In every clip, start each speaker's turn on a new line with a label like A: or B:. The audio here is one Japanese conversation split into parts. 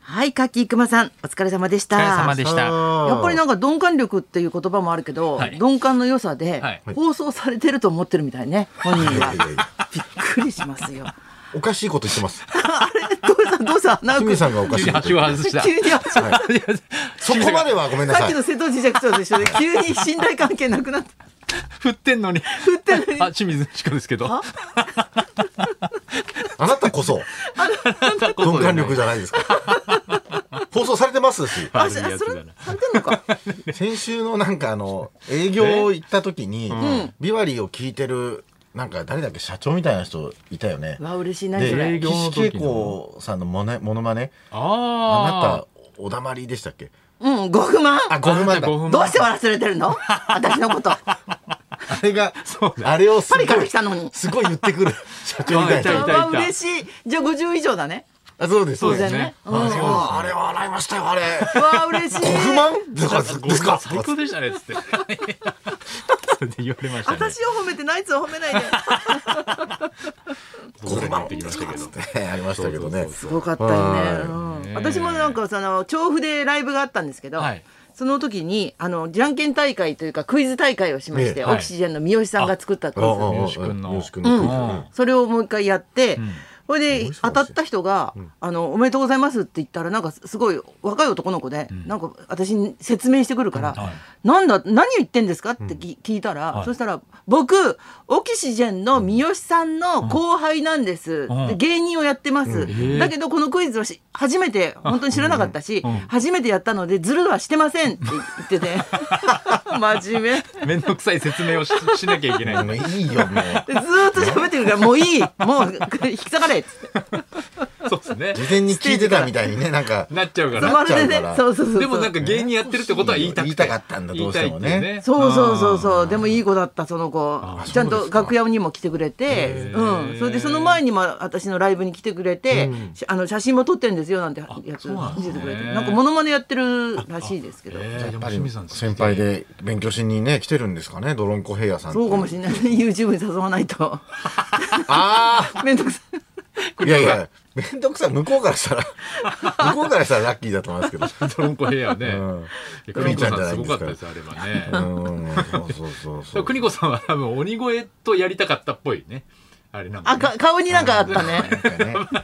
A: はい、カッキー熊さん、お疲れ様でし
B: お
A: た。
B: 疲れ様でした。は
A: やっぱりなんか鈍感力っていう言葉もあるけど、
B: はい
A: 鈍感の良さで
B: はい
A: 放送されてると思ってるみたいね、本人
C: いや
A: が
C: い。やいや
A: びっくりしますよ。
C: おかしいこと言ってます。
A: どうしたどうしたなん
C: 清
A: か
C: 水さんがおかしいこと
B: 足
C: 言っ
B: を
C: て
B: 外した。
A: 急に、
C: はいそこまではごめんな
A: さっ
C: さ
A: き
C: い
A: の。瀬戸磁石長と一緒で急に信頼関係なくなった。
B: 振ってんのに。
A: 振ってんのに
B: あ、清水しかですけど。
A: あ
C: あなたこそ鈍感力じゃないですか。放送されてますし。
A: あ、
B: 悪い
A: そ
B: や
A: れ、
B: つ
A: そ
B: だ
A: れ
B: な。
A: されてんのか。
C: 先週のなんかあの営業行った時に
A: ん
C: ビバリーを聞いてるなんか誰だっけ社長みたいな人いたよね。
A: わ、嬉しいな、そ
C: で
B: 営
A: れ。
B: 業の
C: 岸
B: 時の
C: 恵子さんのモネモノマネ
B: あ
C: あなたおだまりでしたっけ
A: うん、5不満。
C: あゴルマ
B: あな
C: ンだ
B: たゴルマ
C: あ
A: どうして忘れてるの私の こと。
C: れが
B: そう
C: あれをす
A: パ
C: ご
A: リから来
C: い
A: たのに。
C: すごい言ってくる社長みたい
B: あいたい
C: な
B: た
A: わあ、嬉しい。じゃあ50以上だね。
C: あそうです
B: そう
A: 当
B: です
A: 然ね。うん
C: あ
A: わ
C: そうあれは洗いました よあれ
A: あ、嬉しい。
C: 不満ですか
B: た。
C: ですか
B: 最高でしたねっ つって。それで言われましたね。
A: 私を褒めてナイツを褒め ないで。
C: ゴルマ
B: 言
C: ン
B: ってきましたけど
C: ねありましたけどね
A: すごかったよね
B: い
A: うん。
B: ね
A: 私もなんかその調布でライブがあったんですけど、
B: はい
A: その時にあのじゃんけん大会というかクイズ大会をしまして、
C: ええ
B: はい
A: オキシジェンの三好さんが作ったクイズ、
B: あ三好君の
C: 三好君のクイズ
B: うん
A: それをもう一回やって。
B: ん
A: それで
C: 面白いです
A: 当
C: ね
A: たった人が、あの「おめでとうございます」って言ったらなんかすごい若い男の子で、なんか私に説明してくるから「
B: はい
A: なんだ何を言ってんですか?」ってき、聞いたら、
B: はい
A: そしたら「僕オキシジェンの三好さんの後輩なんです」
B: うん
A: で芸人をやってます、
B: ー
A: だけどこのクイズをし初めて本当に知らなかったし、
B: うん
A: 初めてやったのでずるはしてませんって言って て真面目。
B: めんどくさい説明をししなきゃいけない。
C: もういいよもう
A: でずーっと喋ってるからもういいもう引き下がれっつって
B: そうですね。
C: 事前に聞いてたみたいにねなんか
B: なっちゃうか
A: そう
B: ら。
A: まるで
C: なっちゃうか
A: ね
C: ら
A: そうそうそうそう
B: でもなんか芸人やってるってことは言いたくて。
C: 言いたかったんだどうしてもね
B: 言いたいってい
A: そうそうそう
B: う
A: そうでもいい子だったその子
B: あ
A: ちゃん
C: そう
A: と
C: ですか
A: 楽屋にも来てくれて
B: へ、ー
A: うん、それでその前にも私のライブに来てくれて、しあの写真も撮ってるんですよなんてやつ
B: そうなん
A: 見せ
B: ですね
A: てくれてなんかモノマネやってるらしいですけど
B: ん。えーで
C: やっ
B: も
C: ぱ
B: 清
C: り
B: 水さん
C: 先輩で勉強しにね来てるんですかねドロンコヘイヤさん
A: そうかもし
C: れ
A: れない YouTube に誘わないと
C: ないあ
A: めんどくさい
C: あいやいやめんどくさい向こうからしたら向こうからしたらラッキーだと思いますけど
B: ドロンコ部屋ね。
C: うん
B: いや邦子さんすごかったですあれはね。
C: うんそうそうそうそう
B: 邦子さんは多分鬼越とやりたかったっぽいね。あれなんか
A: あ
B: ね、
A: か顔になんかあったね
C: なんか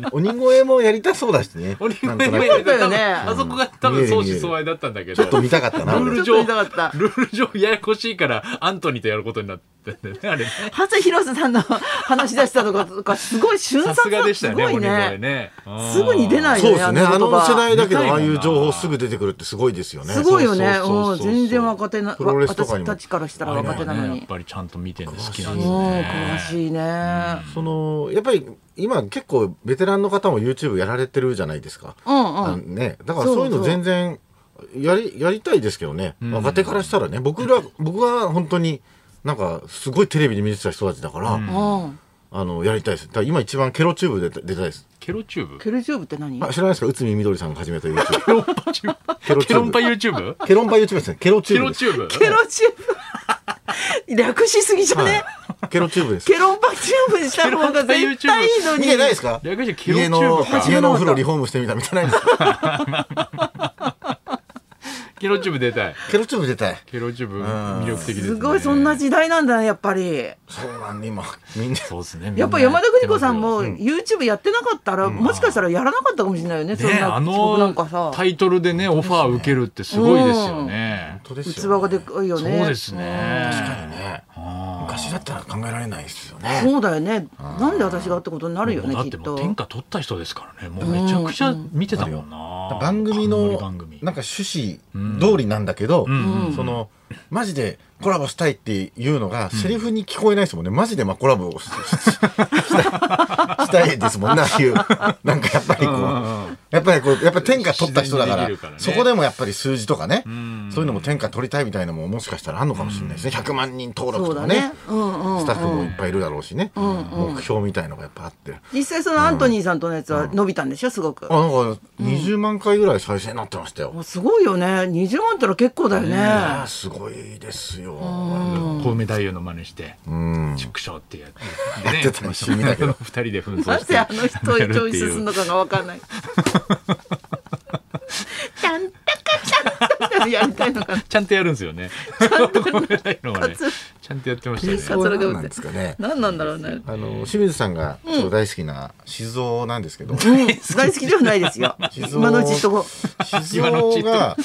C: ね鬼越もやりたそうだしね
B: 鬼越
C: な
B: も
C: んとな
B: や
C: く
B: りた
A: そうだよね
B: あそこが多分相思相愛だったんだけど。
C: ちょっと見たかったな
B: ルー
C: 俺
B: ル
A: ちょ
B: 上、
A: っと見たかった
B: ルール上ややこしいから、アントニーとやることになってんだよね、あれね。
A: 長谷博さんの話し出したとことかすごい瞬
B: さ
A: 殺
B: すが
A: が
B: でし
A: す
B: たね、
A: ご
B: 鬼
A: い
B: 越
A: ね
B: ね。うん
A: すぐに出ない
C: そう
A: よ
C: で
A: ね
C: すねあの
A: 言葉
C: 世代だけど
B: 見たい
C: あ
B: も
C: あ
B: んな
C: いう情報すぐ出てくるってすごいですよね
A: すごいよね
B: そうそ
A: う
B: うそ
A: ん
B: うそう
A: 全然若手な
C: プロレスとか
A: 私
C: にも
A: たちからしたら
B: あれ
A: 若手なの
B: はね、
A: に
B: やっぱりちゃんと見てるの好きな
A: うんん
B: ですね。
A: 詳しいね。
C: そのやっぱり今結構ベテランの方も YouTube やられてるじゃないですか、
A: うんう
C: あの
A: ん。
C: ね、だからそういう
A: そうそう
C: の全然やりやりたいですけどね、
B: ん
C: 若手からしたらね僕ら僕は本当になんかすごいテレビで見てた人たちだから、
B: うん
A: うん。
C: あのやりたいですだから今一番ケロチューブで出たいです
B: ケロチューブ
A: ケルチューブって何？
C: あ知らないですか内海みどりさんが始めた YouTube
B: ケロンパチューブ
C: ケ
B: ケロ
C: ロ
B: ン
C: ン
B: パ
C: パ
B: YouTube?
C: ケロンバ YouTube ですねケロチ
B: ケ
C: ューブ
B: ロ
C: です
B: チューブ
A: ケロチューブ。 略しすぎじゃね？
C: はいケロチューブです
A: ケロンパチューブした方が絶対いいの
C: 見
A: に。
C: てないですか
B: 略してケロチュー
C: 家の
B: ブか。
C: 家のお風呂リフォームしてみた見てないんですか
B: ケロチューブ出たい。
C: ケロチューブ出たい
B: ケロチューブ
C: ん
B: 魅力的ですね。
A: すごいそんな時代なんだねやっぱり。
C: そうなんで今みんな
B: そうですね。
A: やっぱ山田邦子さん
B: ね
A: も YouTube やってなかったらもしかしたらやらなかったかもしれないよね。そんな
B: あ
A: 僕なんか
B: の
A: さ
B: タイトルでねオファー受けるってすごいですよね。
C: 本当です
A: 器
C: よ
A: がでかいよ
B: そう
A: ね。
B: ですね。
C: 確かにね昔だったら考えられないですよね
A: そうだよね。なんで私がってことになるよね
B: だっ
A: き
B: て
A: っ
B: も
A: と。
B: う天下取った人ですからね。もうめちゃくちゃ見てたもんな。
C: 番組の
B: 冠番組
C: なんか趣旨通りなんだけど、
B: ん
C: そのマジでコラボしたいっていうのが、セリフに聞こえないですもんねマジでまあコラボをししたいしたいですもんねあ あいうなんかやっぱりこう、
B: うんうんうん
C: やっぱりこうやっぱ天下取った人だか
B: 自
C: ら
B: 然にできるからね
C: そこでもやっぱり数字とかね、
B: ん
C: そういうのも天下取りたいみたいなのももしかしたらあるのかもしれないですね100万人登録
A: そう
C: と
A: だ
C: か
A: ね
C: ね。
A: うんうんうん。
C: スタッフもいっぱいいるだろうしね、目標みたいのがやっぱあって。
A: 実際そのアントニーさんとのやつは伸びたんでしょすごく。
C: あなんか20万回ぐらい再生になってましたよ。
A: もうすごいよね20万ったら結構だよね
C: あーすごいですよ。
B: 小梅太夫の真似して
C: うん。
B: 畜生ってや
C: やってたら一緒に見たけど
B: 二人で紛
A: な
B: 争し
A: ぜ
B: て
A: あの人を一
B: やる
A: 応
B: っていう
A: 進むのかが分かんないやりたいのかな。
B: ちゃんとやるんですよね。ちゃん とないのがね
A: カツ
B: ちゃんとやってま
C: ピー
B: し
C: ス
B: た
C: は
B: ね。
C: 何なんですかね。
A: 何なんだろうね。
C: あの清水さんがちょっと大好きな静雄なんですけど、
A: うん、大好きではないですよ。
C: 静雄
A: 今のうちしとこう。
C: 静
B: 今のうち
C: 雄
B: 言っ
C: が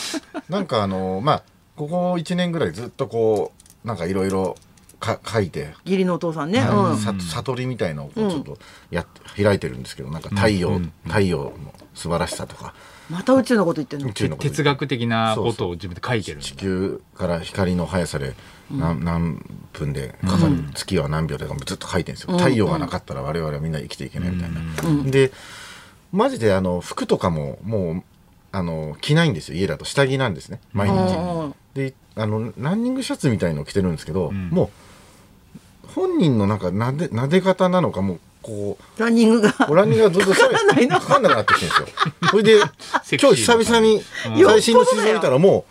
C: なんかあのまあここ1年ぐらいずっとこうなんかいろいろ書いて
A: 義理のお父さんね。う
C: はい
A: ん。
C: さ悟りみたいのをこうちょっとやっ、開いてるんですけどなんか太陽、
B: うん
C: 太陽の素晴らしさとか
A: また宇宙のこと言ってんの
C: 宇。宙のこと
B: 哲学的なことを自分で書いてるんだ
C: 地球から光の速さで何,、何分でかかる、月は何秒でかずっと書いてるんですよ、太陽がなかったら我々はみんな生きていけないみたいな、でマジであの服とかももうあの着ないんですよ家だと下着なんですね毎日、
A: うん
C: であのランニングシャツみたいのを着てるんですけど、
B: ん
C: もう本人のなんかなでなで方なのかもうこう
A: ランニングが。
C: オランダがずっとか
A: かんないの
C: かんなくなってきてるんですよ。それで
B: セクシー
C: 今日久々に
A: うん
C: 最新の地図見たらも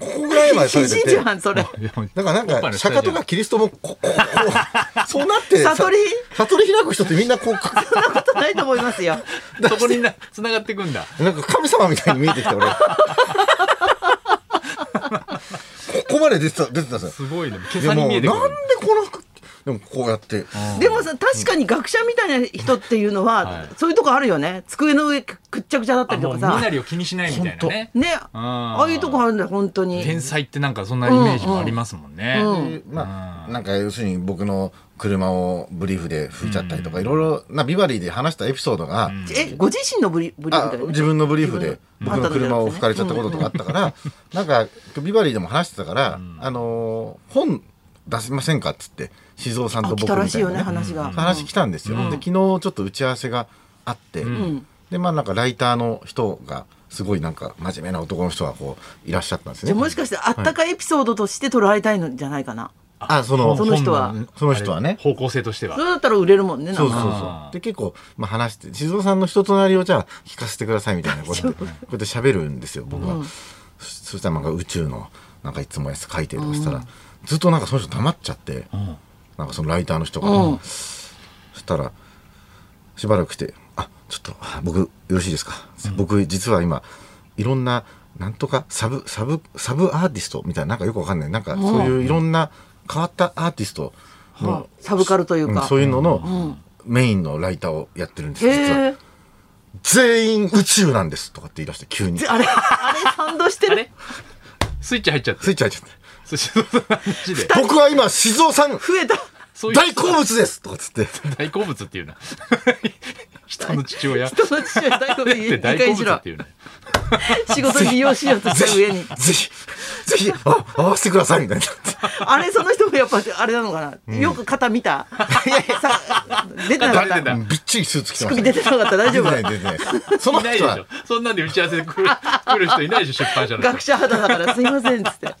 C: うここぐらいまで されて
A: 肘じ
C: て。
A: ゃん、それ。
B: いやもう
C: だからなん
B: おっぱい
C: か
B: の
C: 釈
B: 下じゃ
C: 迦
B: ん
C: とかキリストもこ こここそうなってさ
A: 悟り
C: 悟り開く人ってみんなこう
A: そんなことないと思いますよ。
B: そこにな繋がっていくんだ。
C: なんか神様みたいに見えてきて 俺ここまで出てた出てたんです よ。
B: すごいね。今
C: いや
B: 朝に
C: も
B: 見え
C: うなん
B: て
C: で
B: くる。
C: この服でもこうやって
A: でもさ確かに学者みたいな人っていうのは、
B: はい
A: そういうとこあるよね机の上くくっちゃくちゃだった
B: あ
A: りと
B: もう
A: か
B: 身
A: さ
B: なりを気にしないみたいなね。
A: ね
B: あ
A: ああいうとこあるんだよ本当に
B: 天才ってなんかそんなイメージもありますもんね。
A: うんうん
C: でまあなんか要するに僕の車をブリーフで拭いちゃったりとかいろいろなビバリーで話したエピソードが
A: えご自身のブリブリみ
C: あ
A: たいな
C: 自分のブリーフで
A: 自
C: 僕
A: 分の
C: の車を拭かれちゃったこととかあったからなんかビバリーでも話してたからあのー本出せませんかっつって静雄さんと
A: あ
C: 僕
A: 来
C: み
A: た
C: たいな
A: ら
C: ね
A: しいよね話が、
C: 話来たんですよ、で昨日ちょっと打ち合わせがあって、
A: ん
C: でまあなんかライターの人がすごいなんか真面目な男の人がこういらっしゃったんです
A: じゃ
C: ね
A: あもしかしてあったかいエピソードとして捉えたいのじゃないかな、
C: あその
B: 本
A: その人は
C: その人はね
B: あれ方向性としては
A: そ。れだったら売れるもんねなんか
C: そうそうそ
B: あー
C: うで結構、まあ、話して静雄さんの人となりをじゃあ聞かせてくださいみたい なことでこうやって喋るんですよ僕は、そそしたらなんか宇宙のなんかいつもやつ書いてるとかしたら、ずっとなんかその人黙っちゃって、
B: ん
C: なんかそのライターの人が、
A: うん
C: そしたらしばらくして「あちょっと僕よろしいですか、僕実は今いろんななんとかサブサブサブアーティストみたいななんかよくわかんないなんかそういういろんな変わったアーティストの、
A: はあサブカルというか、
C: んそういうの
A: ん
C: のメインのライターをやってるんです
A: へ
C: よ実は
A: え
C: 全員宇宙なんですとかって言い出して急に
A: であれあれ賛同して
B: あ
A: る
B: れスイッチ入っち ゃって
C: スイッチ入っちゃっ
B: そしてその話で
C: て僕は今静雄さん
A: 増えた
B: そういう
C: 大好物ですとかっつって
B: 大好物っていうな人の父親
A: 人の父親大好物
B: で
A: 理
B: 大好
A: 解し
B: 物
A: ろ
B: っていうね
A: 仕事に利用しようとした上に
C: ぜひぜひあ合わせてくださいみたいになって
A: あれその人もやっぱあれなのかな、よく肩見 たさ 出てなかっ
B: 出て
A: た
B: た
C: びっちりスーツ着てまし
A: 首
C: た
A: 出てなかった大丈 夫
C: 出てない出 てないその
B: いないでし
C: 人
B: ょ
C: は
B: そんなんで打ち合わせで 来る来る人いないでしょ出版社の
A: 学
B: 人
A: 者肌だからすいませんっつって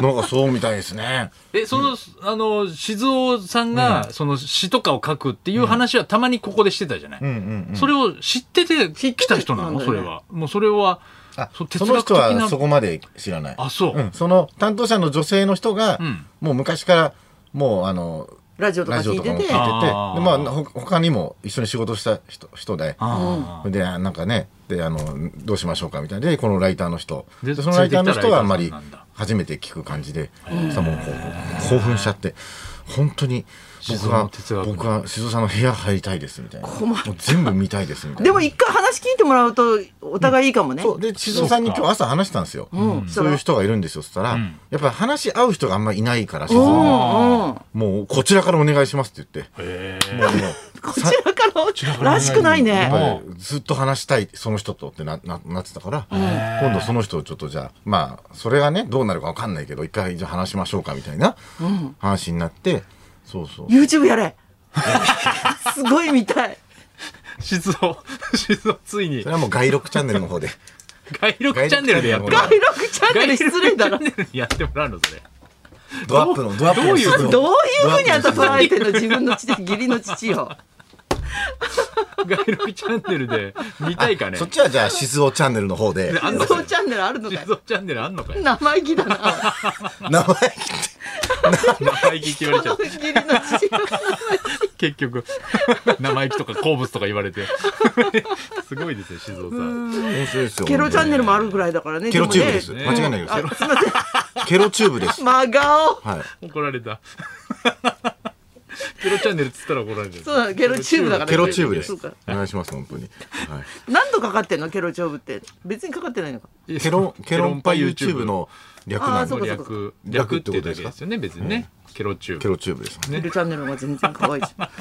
C: なんかそうみたいですね
B: えその、あの静雄さんが、その詩とかを書くっていう話はたまにここでしてたじゃない、
C: うんうんうん
B: それを知ってて
A: 知ってて
B: 来た人な
A: 来
B: の
A: た
B: そ
A: んだ
B: れ
A: よね
B: はもうそれは
C: あ
B: そう哲
C: その
B: 学
C: 人
B: 的
C: は
B: な
C: そこまで知らない
B: あそう、
C: うんその担当者の女性の人が
B: うん
C: もう昔からもうあの
A: ラジオとか
C: ラジオ
A: 聞い
C: とか
A: て
C: も聞い
A: て
C: ててで
B: あ
A: あ
B: あー
C: まあほ他にも一緒に仕事した人人で
B: あー
C: であなんかねであのどうしましょうかみたいなでこのライターの人
B: で
C: でそのライターの人はあんまり
B: 連れてきたライターさんなんだ
C: 初めて聞く感じでさもうこう興奮しちゃって本当に僕は
B: 静雄の哲学
C: 僕は静雄さんの部屋入りたいですみたいな
A: 困る
C: もう全部見たいですみたいな
A: でも一回話聞いてもらうとお互いいいかもね、
C: そうで静雄さんに
B: そうか
C: 今日朝話したんですよ、
A: うん
C: そういう人がいるんですよそしたら、
B: ん
C: やっぱり話し合う人があんまりいないから静
A: う
C: 雄
A: ん
C: さんは
A: うん
C: もうこちらからお願いしますって言って。
B: へえ
C: もうもう
A: こちらかららしくない
C: やっぱ
A: ね
C: りずっと話したいその人とってなななってたから、今度その人をちょっとじゃあまあそれがねどうなるかわかんないけど一回じゃあ話しましょうかみたいな話になって、そうそう
A: YouTube やれ すごい見たい
B: 静雄 静雄ついに
C: それはもう外録チャンネルの方で
B: 外録チャンネルでやって
C: 外
A: 第6チャンネル失礼だろ
B: 外録チャンネルでやってもらうのそれ
C: ドアップのドアップ
B: ど
C: の
B: ういう
C: 静雄
A: どういうふうにあんた捉えてんの自分の父義理の父を
B: 外録チャンネルで見たいかね。
C: そっちはじゃあ静雄チャンネルの方 で
B: あんのか
A: そう
B: よ
A: チャンネルあるのかよ
B: 静雄チャンネルあんのかよ。
A: 生意気だな
C: 名
B: 生
C: 前
B: 意気って言われちゃう。
A: 義理の父を
B: 結局生意気とか好物とか言われてすごいですよ静岡さん
C: 面白いですよ
A: ケロチャンネルもあるぐらいだからね
C: ケロチューブです、
A: もね
B: ね
C: 間違いないで
A: あ
C: すよ
A: すいません
C: ケロチューブです
A: 真顔
C: はい
B: 怒られた ケロチャンネルっつったら怒られる
A: そうだケロチューブだから
C: ケロチューブで
A: そう
C: す
A: か
C: お願いします本当に、はい
A: 何度かかってんのケロチューブって別にかかってないのか
C: ケロン、ケロンパ YouTube の略な
A: あーそ
C: の
A: う
B: の
A: か
B: 略
C: 略
B: 略
C: っ
B: ってて
C: こ
B: いう
C: とで
B: だけ
C: すか
B: ですよね別にねケロチュー
C: ケ
B: ブ
C: ロチューブです。
A: ケロチャンネルも全然可愛い じゃんちっ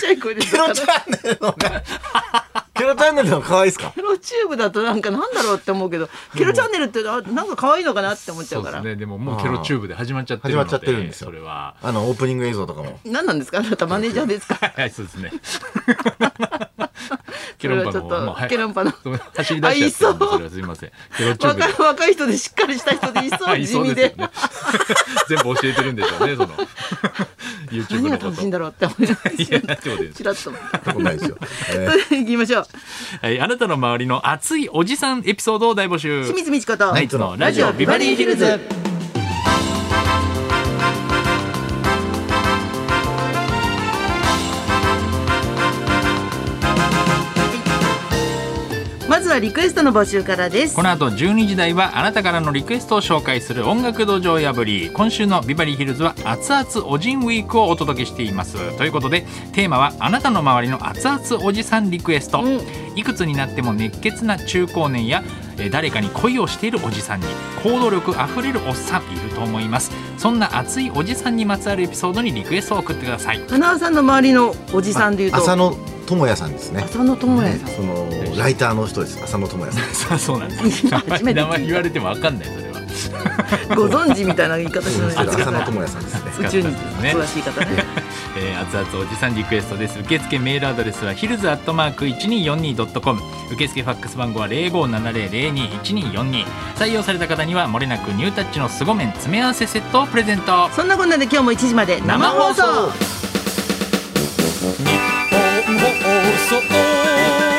A: ちゃい声で
C: ケロチャンネルのね、ケロチャンネルの可愛いですか
A: ケロチューブだとなんかなんだろうって思うけどケロチャンネルってあなんか可愛いのかなって思っちゃ
B: そうう
A: か
B: で
A: ら
B: すねでももうケロチューブで始まっちゃってる
C: あ
B: の
C: ー
B: で
C: 始まっちゃってるんですよ
B: それは
C: あの、オープニング映像とかも。
A: 何なんですかあなたマネージャーですか
B: はいそうですね ケ
A: そ
B: ロ
A: れは
B: ンパ
A: ちょ
B: の
A: っ
B: もうは
A: と
B: い
A: ケロンパの
B: ごめん走り出しちゃってるんでそれはすいませんケ ロチューブで
A: 若い若い人でしっかりした人でいそう
B: い
A: 地
B: そう
A: 味
B: で
A: で
B: すよね 全部教えてるんでしょうねその YouTube
A: 何が
B: のこ
A: 楽し
B: と
A: いんだろうって思います
B: いやってことです
A: チラッと
C: そんなことないですよ。えー
A: それで行きましょう
B: はい、あなたの周りの熱いおじさんエピソードを大募集
A: 清水美智子と
B: ナイツのラジオビバリーヒルズ
A: まずはリクエストの募集からです
B: この後12時台はあなたからのリクエストを紹介する音楽道場破り今週のビバリーヒルズは熱々おじんウィークをお届けしていますということでテーマはあなたの周りの熱々おじさんリクエスト、
A: うん
B: いくつになっても熱血な中高年やえー誰かに恋をしているおじさんに行動力あふれるおっさんいると思いますそんな熱いおじさんにまつわるエピソードにリクエストを送ってく ださい
A: 花輪さんの周りのおじさんでいうと
C: 浅野智也さんですね。
A: 浅野智也さん
C: その、ライターの人です。浅野智也さんです。
B: あそうなんです名
A: 初
B: 前
A: めて聞いた
B: 名前言われてもわかんないそれは
A: ご存知みたいな言い方しないで
C: 浅
A: くだ
C: 野
A: さ
C: 智也さんですね。
A: い宇宙に詳しい方ね
B: えー、熱々おじさんリクエストです受付メールアドレスはヒルズアットマーク 1242.com 受付ファックス番号は0570021242採用された方にはもれなくニュータッチの凄麺詰め合わせセットをプレゼント
A: そんなこんなで今日も1時まで生放送
B: 日本放送